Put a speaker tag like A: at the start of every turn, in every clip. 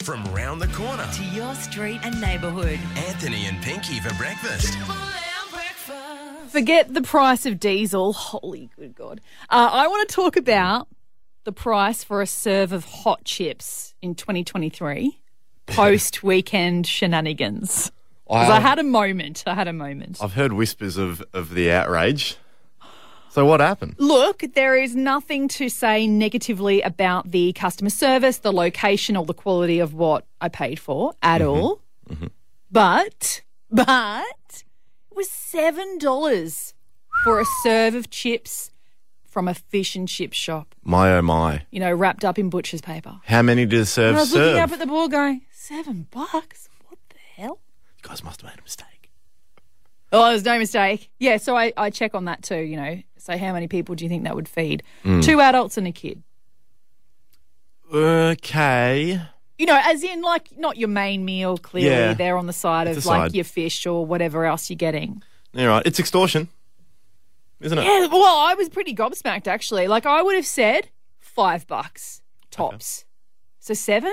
A: From round the corner,
B: to your street and neighbourhood.
A: Anthony and Pinky for breakfast.
C: Forget the price of diesel. Holy good God. Uh, I want to talk about the price for a serve of hot chips in 2023 post weekend shenanigans. 'Cause I had a moment. I had a moment.
D: I've heard whispers of, of the outrage. So what happened?
C: Look, there is nothing to say negatively about the customer service, the location, or the quality of what I paid for at
D: Mm-hmm.
C: all. But, but it was $7 for a serve of chips from a fish and chip shop,
D: My oh my.
C: you know, wrapped up in butcher's paper.
D: How many did a serve
C: And I was looking
D: serve?
C: up at the board going, seven bucks? What the hell?
D: you guys must have made a mistake.
C: Oh, there's no mistake. Yeah, so I, I check on that too, you know. So, how many people do you think that would feed?
D: Mm.
C: Two adults and a kid.
D: Okay.
C: you know, as in like not your main meal. Clearly,
D: Yeah.
C: they're on the side
D: It's
C: of
D: a
C: like
D: side.
C: your fish or whatever else you're getting.
D: All right. It's extortion, isn't it?
C: Yeah, well, I was pretty gobsmacked actually. Like I would have said five bucks tops. So seven,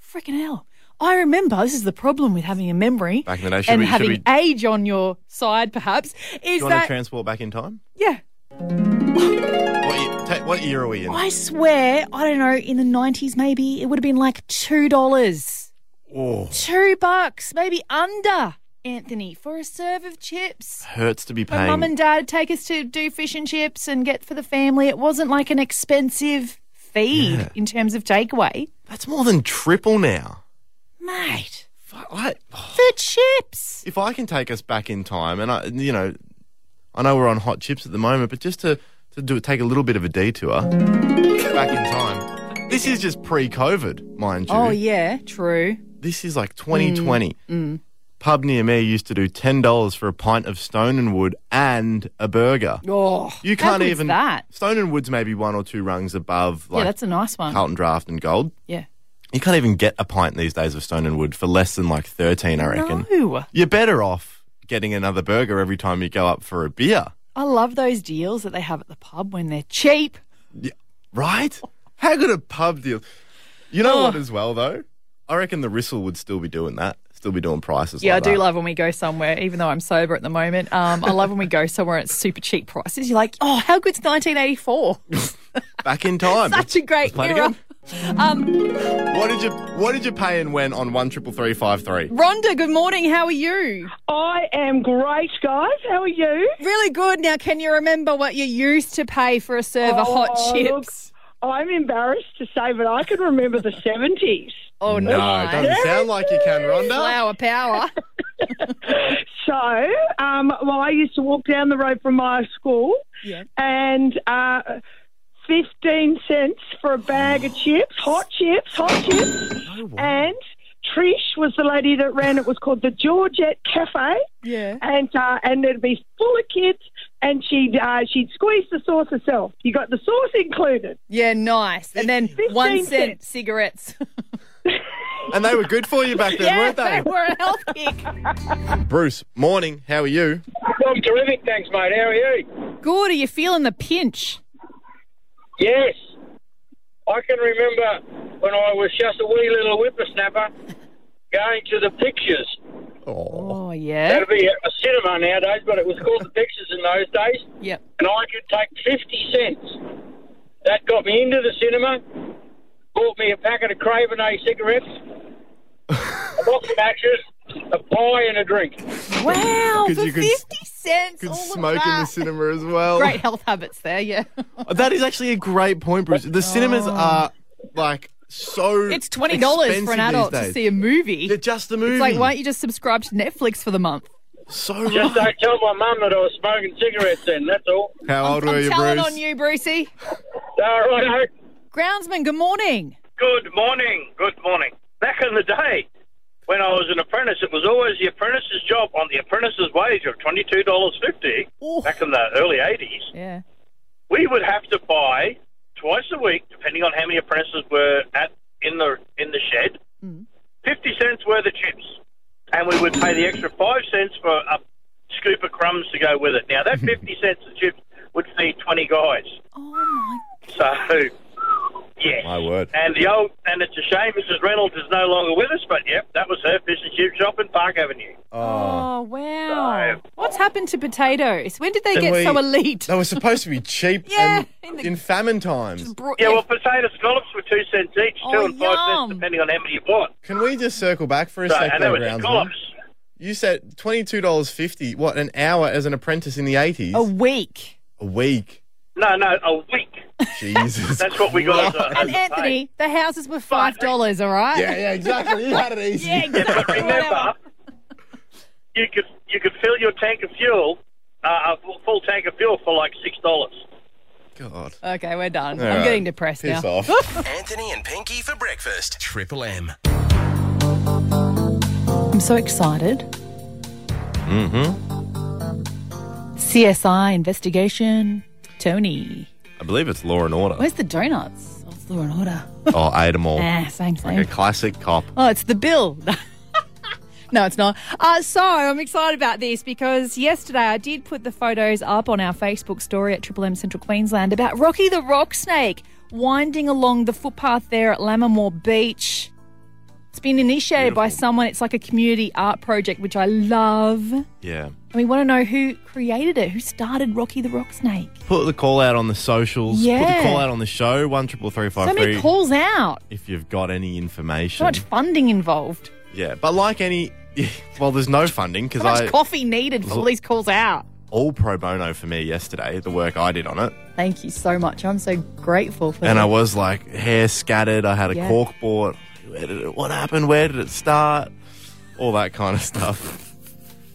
C: freaking hell! I remember this is the problem with having a memory
D: Back in the day, should
C: and
D: we- should
C: having
D: we-
C: age on your side, perhaps is
D: Do you want
C: that
D: to transport back in time?
C: yeah.
D: What year, ta- what year are we in?
C: I swear, I don't know. In the nineties, maybe it would have been like two dollars.
D: Oh,
C: two bucks, maybe under, Anthony, for a serve of chips.
D: hurts to be
C: My mum and
D: paying.
C: dad take us to do fish and chips and get for the family. It wasn't like an expensive feed in terms of takeaway.
D: That's more than triple now.
C: Mate,
D: Fuck, I,
C: for chips.
D: if I can take us back in time, and I, you know, I know we're on hot chips at the moment, but just to to do take a little bit of a detour back in time. This is just pre-COVID, mind you.
C: Oh, yeah, Mm, true.
D: This is like 2020. Pub near me used to do ten dollars for a pint of Stone and Wood and a burger.
C: Oh,
D: You
C: how
D: can't
C: good's
D: even
C: that.
D: Stone and Wood's maybe one or two rungs above like
C: yeah, that's a nice one.
D: Carlton Draft and Gold.
C: Yeah.
D: You can't even get a pint these days of Stone and Wood for less than like thirteen, I reckon.
C: No,
D: You're better off getting another burger every time you go up for a beer,
C: I love those deals that they have at the pub when they're cheap.
D: right? How good a pub deal? You know
C: Oh.
D: what? As well though, I reckon the Rissel would still be doing that. Still be doing prices.
C: Yeah,
D: like
C: I do
D: that.
C: love when we go somewhere, even though I'm sober at the moment. Um, I love when we go somewhere at super cheap prices. You're like, oh, how good's 1984?
D: back in time.
C: Such a great
D: Play it
C: era. Um,
D: What did you What did you pay and when on one triple three five three?
C: Rhonda, good morning. How are you?
E: I am great, guys. How are you?
C: Really good. Now, can you remember what you used to pay for a serve of hot
E: Oh, look,
C: chips?
E: I'm embarrassed to say, but I can remember the 70s.
C: Oh
D: No, it doesn't sound like you can, Rhonda.
C: Flower power.
E: So, um, well, I used to walk down the road from my school,
C: Yeah.
E: and uh, 15 cents for a bag of chips, hot chips, hot chips. And Trish was the lady that ran it, was called the Georgette Cafe.
C: Yeah.
E: and uh, and it'd be full of kids, and she'd uh, she'd squeeze the sauce herself. You got the sauce included.
C: Yeah, nice. And then one
E: cents.
C: cent cigarettes.
D: And they were good for you back then,
C: yeah,
D: weren't
C: they
D: they?
C: were a health kick.
D: Bruce, morning. How are you?
F: I'm terrific, thanks, mate. How are you?
C: Good. Are you feeling the pinch?
F: Yes. I can remember when I was just a wee little whippersnapper going to the pictures.
D: Oh,
C: Oh, yeah.
F: That'd be a cinema nowadays, but it was called the pictures in those days.
C: Yep.
F: And I could take 50 cents. That got me into the cinema, bought me a packet of Craven A cigarettes, a box of matches, a pie, and a drink.
C: Wow. For
D: Because you could-
C: 50 cents.
D: good
C: all of
D: smoke in the
C: that.
D: cinema as well.
C: Great health habits there, yeah.
D: That is actually a great point, Bruce. The cinemas are like so.
C: Oh. It's twenty dollars for an adult to see a movie.
D: Yeah, just the movie.
C: It's like, why don't you just subscribe to Netflix for the month?
D: So
F: Just
D: right.
F: don't tell my mum that I was smoking cigarettes then, that's all.
D: How old were
C: I'm
D: you,
C: telling
D: Bruce?
C: on you, Brucey.
F: All right,
C: Groundsman, good morning.
F: Good morning. Good morning. Back in the day, when I was an apprentice, it was always the apprentice's job on the apprentice's wage of twenty-two dollars fifty.
C: Oof.
F: Back in the early eighties,
C: Yeah.
F: we would have to buy twice a week, depending on how many apprentices were at in the in the shed, fifty cents worth of chips, and we would pay the extra five cents for a scoop of crumbs to go with it. Now that fifty cents of chips would feed twenty guys.
C: Oh my.
F: So, yes.
D: My word.
F: And the old and the it's a shame Mrs. Reynolds is no longer with us, but yep, that was her fish and chip shop in Park Avenue.
C: Oh, wow.
F: No.
C: What's happened to potatoes? When did they get
D: we-
C: so elite?
D: They were supposed to be cheap
C: Yeah, in
D: and
C: the-
D: in famine times.
C: Bro-
F: Yeah, well, potato scallops were two cents each, two
C: Oh,
F: and five
C: yum.
F: cents depending on how many you bought.
D: Can we just circle back for a
F: So,
D: second,
F: and they were
D: Groundsman?
F: scallops.
D: You said twenty-two dollars fifty. What an hour as an apprentice in the eighties?
C: a week.
D: A week.
F: No, no, a week.
D: Jesus.
F: That's what we got. As a, as
C: And
F: a pay.
C: Anthony, the houses were five dollars. All right.
D: yeah, yeah, exactly. You had it easy.
C: Yeah, exactly.
F: But remember,
C: Whatever.
F: you could you could fill your tank of fuel, uh, a full- full tank of fuel for like six dollars.
D: God.
C: Okay, we're done.
D: All
C: I'm
D: right.
C: getting depressed
D: Piss
C: now.
D: off.
A: Anthony and Pinky for breakfast. Triple M.
C: I'm so excited. Mm-hmm. CSI investigation. Tony,
D: I believe it's Law and Order.
C: where's the donuts? Oh, it's Law and Order.
D: Oh, I ate them all.
C: ah, same
D: A
C: thing.
D: classic cop.
C: Oh, it's the bill. no, it's not. Uh, so I'm excited about this because yesterday I did put the photos up on our Facebook story at Triple M Central Queensland about Rocky the Rock Snake winding along the footpath there at Lammermoor Beach. It's been initiated by someone. It's like a community art project, which I love. And
D: Yeah.
C: we want to know who created it, who started Rocky the Rock Snake.
D: Put the call out on the socials. Put
C: Yeah.
D: the call out on the show. One triple three
C: So
D: five
C: many
D: three.
C: calls out,
D: If you've got any
C: so
D: information.
C: much funding involved,
D: yeah, but like any. Well, there's no funding because
C: so much
D: I
C: coffee needed for all these calls out.
D: all pro bono for me yesterday. The work I did on it.
C: Thank you so much. I'm so grateful for
D: And
C: that.
D: I was like, hair scattered. I had a
C: Yeah.
D: cork board. Where did it, what happened? Where did it start? All that kind of stuff.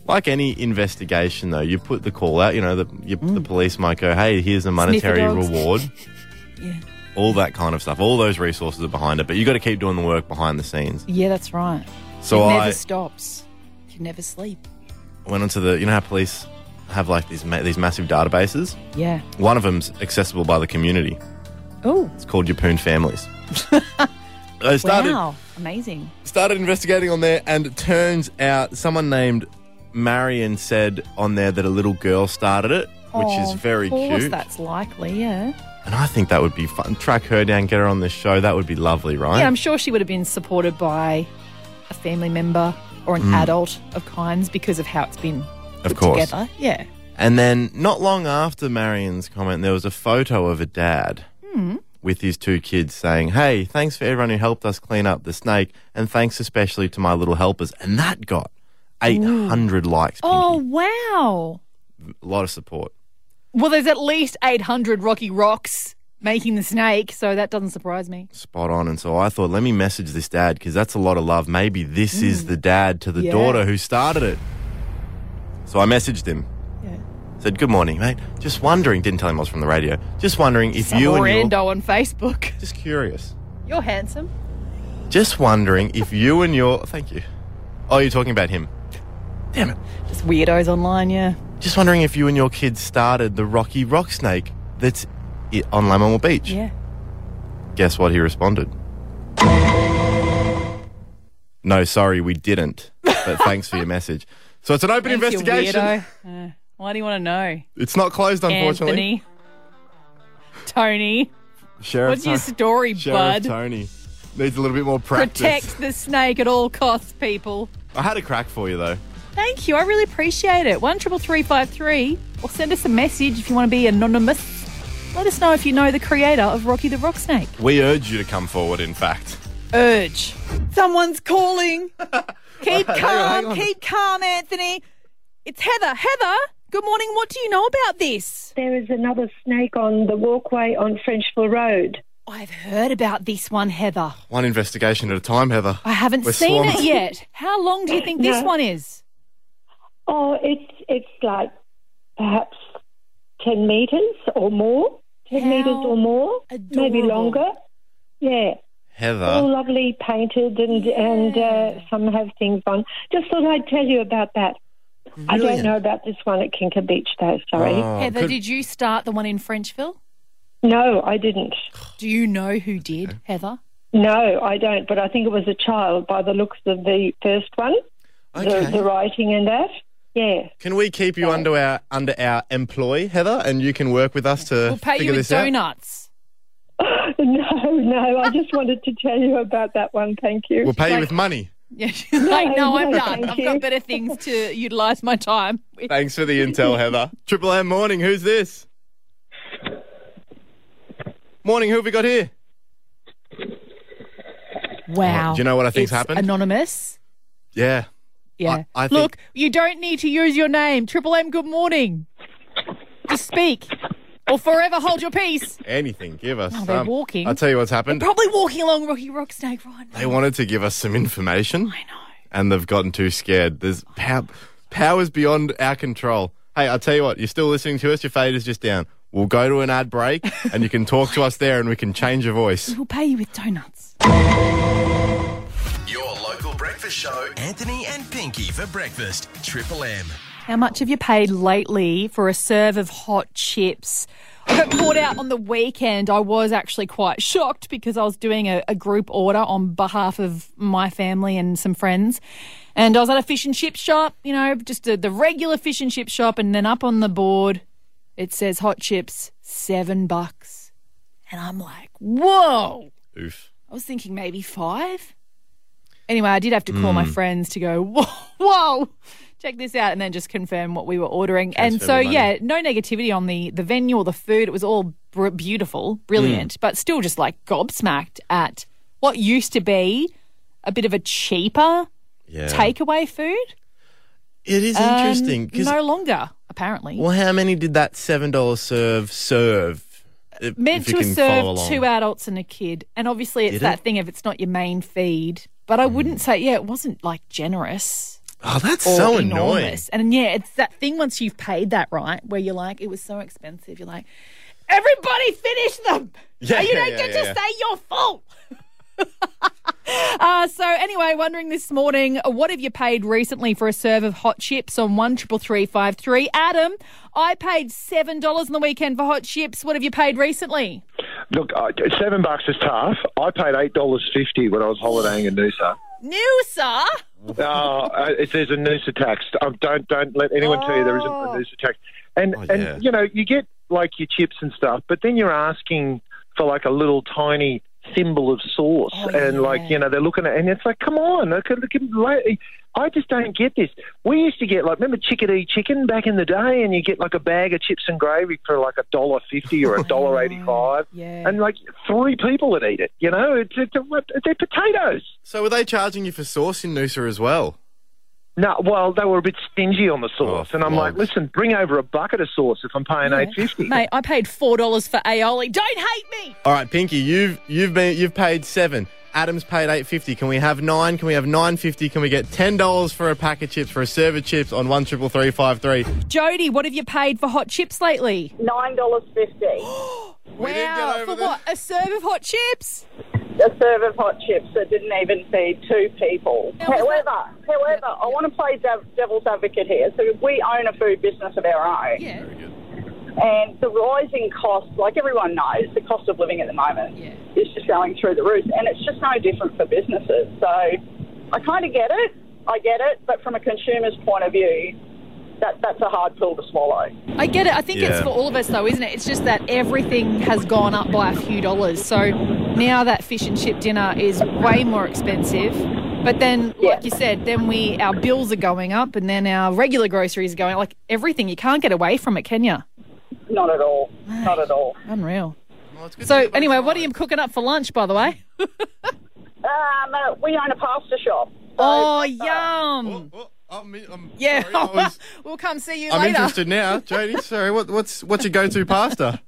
D: Like any investigation, though, you put the call out. You know, the, you, the police might go, hey, here's a monetary
C: Mm. dogs.
D: reward.
C: Yeah.
D: All that kind of stuff. All those resources are behind it, but you got to keep doing the work behind the scenes.
C: Yeah, that's right.
D: So
C: it
D: I
C: never stops. You can never sleep.
D: went onto the, you know how police have like these, ma- these massive databases?
C: Yeah.
D: One of them's accessible by the community.
C: Oh,
D: It's called Yapoon Families. I started,
C: wow. Amazing.
D: started investigating on there, and it turns out someone named Marion said on there that a little girl started it, which
C: Oh,
D: is very
C: of course
D: cute.
C: that's likely, yeah.
D: And I think that would be fun. Track her down, get her on the show. That would be lovely, right?
C: Yeah, I'm sure she would have been supported by a family member or an adult of kinds because of how it's been
D: Mm. of
C: put
D: course.
C: together. Yeah.
D: And then not long after Marion's comment, there was a photo of a dad
C: Hmm.
D: with his two kids saying, Hey, thanks for everyone who helped us clean up the snake, and thanks especially to my little helpers. And that got 800 likes. Pinky.
C: Oh, wow.
D: A lot of support.
C: Well, there's at least 800 Rocky Rocks making the snake, so that doesn't surprise me.
D: Spot on. And so I thought, let me message this dad because that's a lot of love. Maybe this is the dad to the
C: Yeah.
D: daughter who started it. So I messaged him.
C: Yeah.
D: Said, Good morning, mate. Just wondering, didn't tell him I was from the radio. Just wondering if
C: Some
D: you and your.
C: rando on Facebook.
D: Just curious.
C: You're handsome.
D: Just wondering if you and your. Thank you. Oh, you're talking about him. Damn it.
C: Just weirdos online, yeah.
D: Just wondering if you and your kids started the Rocky Rock Snake that's i- on Lammermoor Beach.
C: Yeah.
D: Guess what he responded? No, sorry, we didn't. But thanks for your message. So it's an open
C: Thanks, you
D: investigation.
C: weirdo. Uh, why do you want to know?
D: It's not closed,
C: Anthony.
D: unfortunately.
C: Tony.
D: Sheriff,
C: What's your
D: Ton-
C: story,
D: Sheriff
C: bud?
D: Tony needs a little bit more practice.
C: Protect the snake at all costs, people.
D: I had a crack for you though.
C: Thank you. I really appreciate it. One triple three five three, or send us a message if you want to be anonymous. Let us know if you know the creator of Rocky the Rock Snake.
D: We urge you to come forward. In fact,
C: Urge. Someone's calling. keep calm.
D: hang on.
C: Keep calm, Anthony. It's Heather. Heather. Good morning. What do you know about this?
G: There is another snake on the walkway on Frenchville Road.
C: I've heard about this one, Heather.
D: one investigation at a time, Heather.
C: I haven't
D: We're
C: seen
D: swamped.
C: it yet. How long do you think this
G: No.
C: one is?
G: Oh, it's it's like perhaps ten meters or more, ten
C: How
G: meters or more, maybe
C: adorable.
G: longer. Yeah, all
D: Heather,
G: lovely painted, and and uh, some have things on. Just thought I'd tell you about that. I don't
D: Brilliant.
G: know about this one at Kinka Beach, though. Sorry,
D: Oh,
C: Heather,
D: could-
C: did you start the one in Frenchville?
G: no, I didn't.
C: Do you know who did, Heather?
G: No, I don't. But I think it was a child by the looks of the first one,
D: Okay.
G: the, the writing and that. Yeah.
D: Can we keep you under our under our employ, Heather, and you can work with us to
C: We'll pay
D: Uh, figure
C: you with
D: this out?
C: donuts.
G: No, no, I just wanted to tell you about that one. Thank you.
D: We'll pay you with money.
C: Yeah, she's like, no,
G: no,
C: I'm done.
G: thank
C: I've got
G: you."
C: better things to utilise my time with.
D: Thanks for the intel, Heather. Triple M morning. Who's this? Morning. Who have we got here?
C: Wow.
D: Do you know what I think's
C: It's
D: happened?
C: Anonymous.
D: Yeah.
C: Yeah.
D: I think-
C: Look, you don't need to use your name. Triple M, good morning. Just speak or forever hold your peace.
D: Anything. Give us.
C: Oh, they're
D: some.
C: walking.
D: I'll tell you what's happened.
C: Probably walking along Rocky Rock Snake right now.
D: They wanted to give us some information.
C: I know.
D: and they've gotten too scared. There's pow- powers beyond our control. Hey, I'll tell you what, you're still listening to us, your fader's just down. We'll go to an ad break and you can talk to us there and we can change your voice.
C: We'll pay you with donuts.
A: Your local breakfast show, Anthony and Pinky for breakfast. Triple M.
C: How much have you paid lately for a serve of hot chips? I got caught out on the weekend. I was actually quite shocked because I was doing a, a group order on behalf of my family and some friends. And I was at a fish and chip shop, you know, just a, the regular fish and chip shop. And then up on the board, it says hot chips, seven bucks. And I'm like, whoa.
D: Oof.
C: I was thinking maybe five. Anyway, I did have to call my
D: Hmm.
C: friends to go, whoa, whoa, check this out, and then just confirm what we were ordering. and
D: Transfer
C: so,
D: the money.
C: yeah, no negativity on the, the venue or the food. It was all br- beautiful,
D: Hmm.
C: brilliant, but still just like gobsmacked at what used to be a bit of a cheaper
D: Yeah.
C: takeaway food.
D: It is
C: Um,
D: interesting because
C: no longer, apparently.
D: well, how many did that seven dollar serve serve? If-
C: meant
D: if you
C: to
D: can follow
C: serve
D: along.
C: two adults and a kid. And obviously, it's
D: Did
C: that
D: it? Hmm.
C: thing of it's not your main feed. But I wouldn't say, yeah, it wasn't like generous
D: Oh, that's
C: or
D: so annoying.
C: enormous. And yeah, it's that thing once you've paid that right, where you're like, it was so expensive. You're like, everybody finish them.
D: Yeah,
C: you don't
D: yeah,
C: get
D: yeah,
C: to
D: yeah.
C: say you're full. uh, so anyway, wondering this morning, what have you paid recently for a serve of hot chips on one triple three five three? Adam, I paid seven dollars on the weekend for hot chips. What have you paid recently?
H: Look, I, seven bucks is tough. I paid eight dollars fifty when I was holidaying in Noosa.
C: New sir.
H: No, uh, it, there's a Noosa tax. Um, don't don't let anyone tell you there isn't a
C: Oh.
H: Noosa tax. And
D: Oh, yeah.
H: and you know you get like your chips and stuff, but then you're asking for like a little tiny thimble of sauce,
C: Oh,
H: and
C: yeah.
H: like you know they're looking at, and it's like, come on, look, at- look, at- like, I just don't get this. We used to get like remember chickadee chicken back in the day, and you get like a bag of chips and gravy for like a dollar fifty or a dollar eighty five.
C: Yeah.
H: and like three people would eat it. You know, it's, it's, what- they're potatoes.
D: So were they charging you for sauce in Noosa as well?
H: No, well, they were a bit stingy on the sauce,
D: Oh,
H: and I'm like,
D: flogs.
H: listen, bring over a bucket of sauce if I'm paying eight fifty.
C: Mate, I paid four dollars for aioli. Don't hate me.
D: All right, Pinky, you've you've been you've paid seven. Adam's paid eight fifty. Can we have nine? Can we have nine fifty? Can we get ten dollars for a pack of chips for a serve of chips on one triple three five three?
C: Jody, what have you paid for hot chips lately?
I: Nine dollars fifty.
D: We didn't get over
C: for
D: this.
C: what? A serve of hot chips?
I: A serve of hot chips that didn't even feed two people.
C: was
I: However, however, I want to play dev- devil's advocate here. So we own a food business of our own,
C: Yeah.
I: and the rising cost, like everyone knows, the cost of living at the moment
C: Yeah.
I: is just going through the roof, and it's just no different for businesses. So I kind of get it, I get it, but from a consumer's point of view, that that's a hard pill to swallow.
C: I get it. I think it's
D: Yeah.
C: for all of us, though, isn't it? It's just that everything has gone up by a few dollars. So now that fish and chip dinner is way more expensive. But then,
I: Yeah.
C: like you said, then we our bills are going up, and then our regular groceries are going like everything. You can't get away from it, can you?
I: Not at all. Not at all.
C: Unreal.
D: Well, it's good to
C: So
D: get both
C: anyway, what are
D: sides.
C: you cooking up for lunch, by the way?
I: Um, uh, we own a pasta shop. So,
C: Oh,
I: uh,
C: yum!
D: Oh, oh, I'm, I'm
C: Yeah,
D: sorry, I was-
C: we'll come see you
D: I'm
C: later.
D: interested now, Jody. Sorry, what, what's what's your go-to pasta?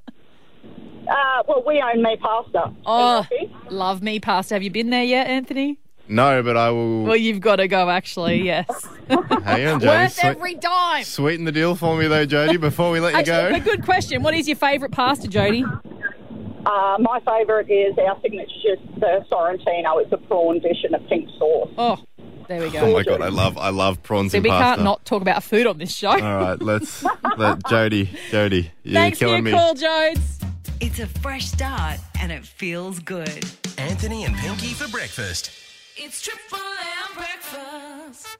I: Uh, well, we own me pasta.
C: Oh,
I: Are you happy?
C: love me pasta. Have you been there yet, Anthony?
D: No, but I will.
C: Well, you've got to go, actually, yes.
D: hang on, Jody.
C: Worth
D: Swe-
C: every dime.
D: sweeten the deal for me though, Jody. Before we let you
C: Actually,
D: go.
C: a good question. What is your favourite pasta, Jody?
I: Uh, my favourite is our signature, the Sorrentino. It's a prawn dish and a pink sauce.
C: Oh, there we
D: Oh
C: go.
D: my god, I love I love prawns
C: See,
D: and
C: we
D: pasta.
C: can't not talk about food on this show.
D: All right, let's let Jody. Jody, you're
C: Thanks for
D: killing
C: your
D: me.
C: call, Jodes.
B: It's a fresh start and it feels good.
A: Anthony and Pinky for breakfast.
B: It's Triple M breakfast.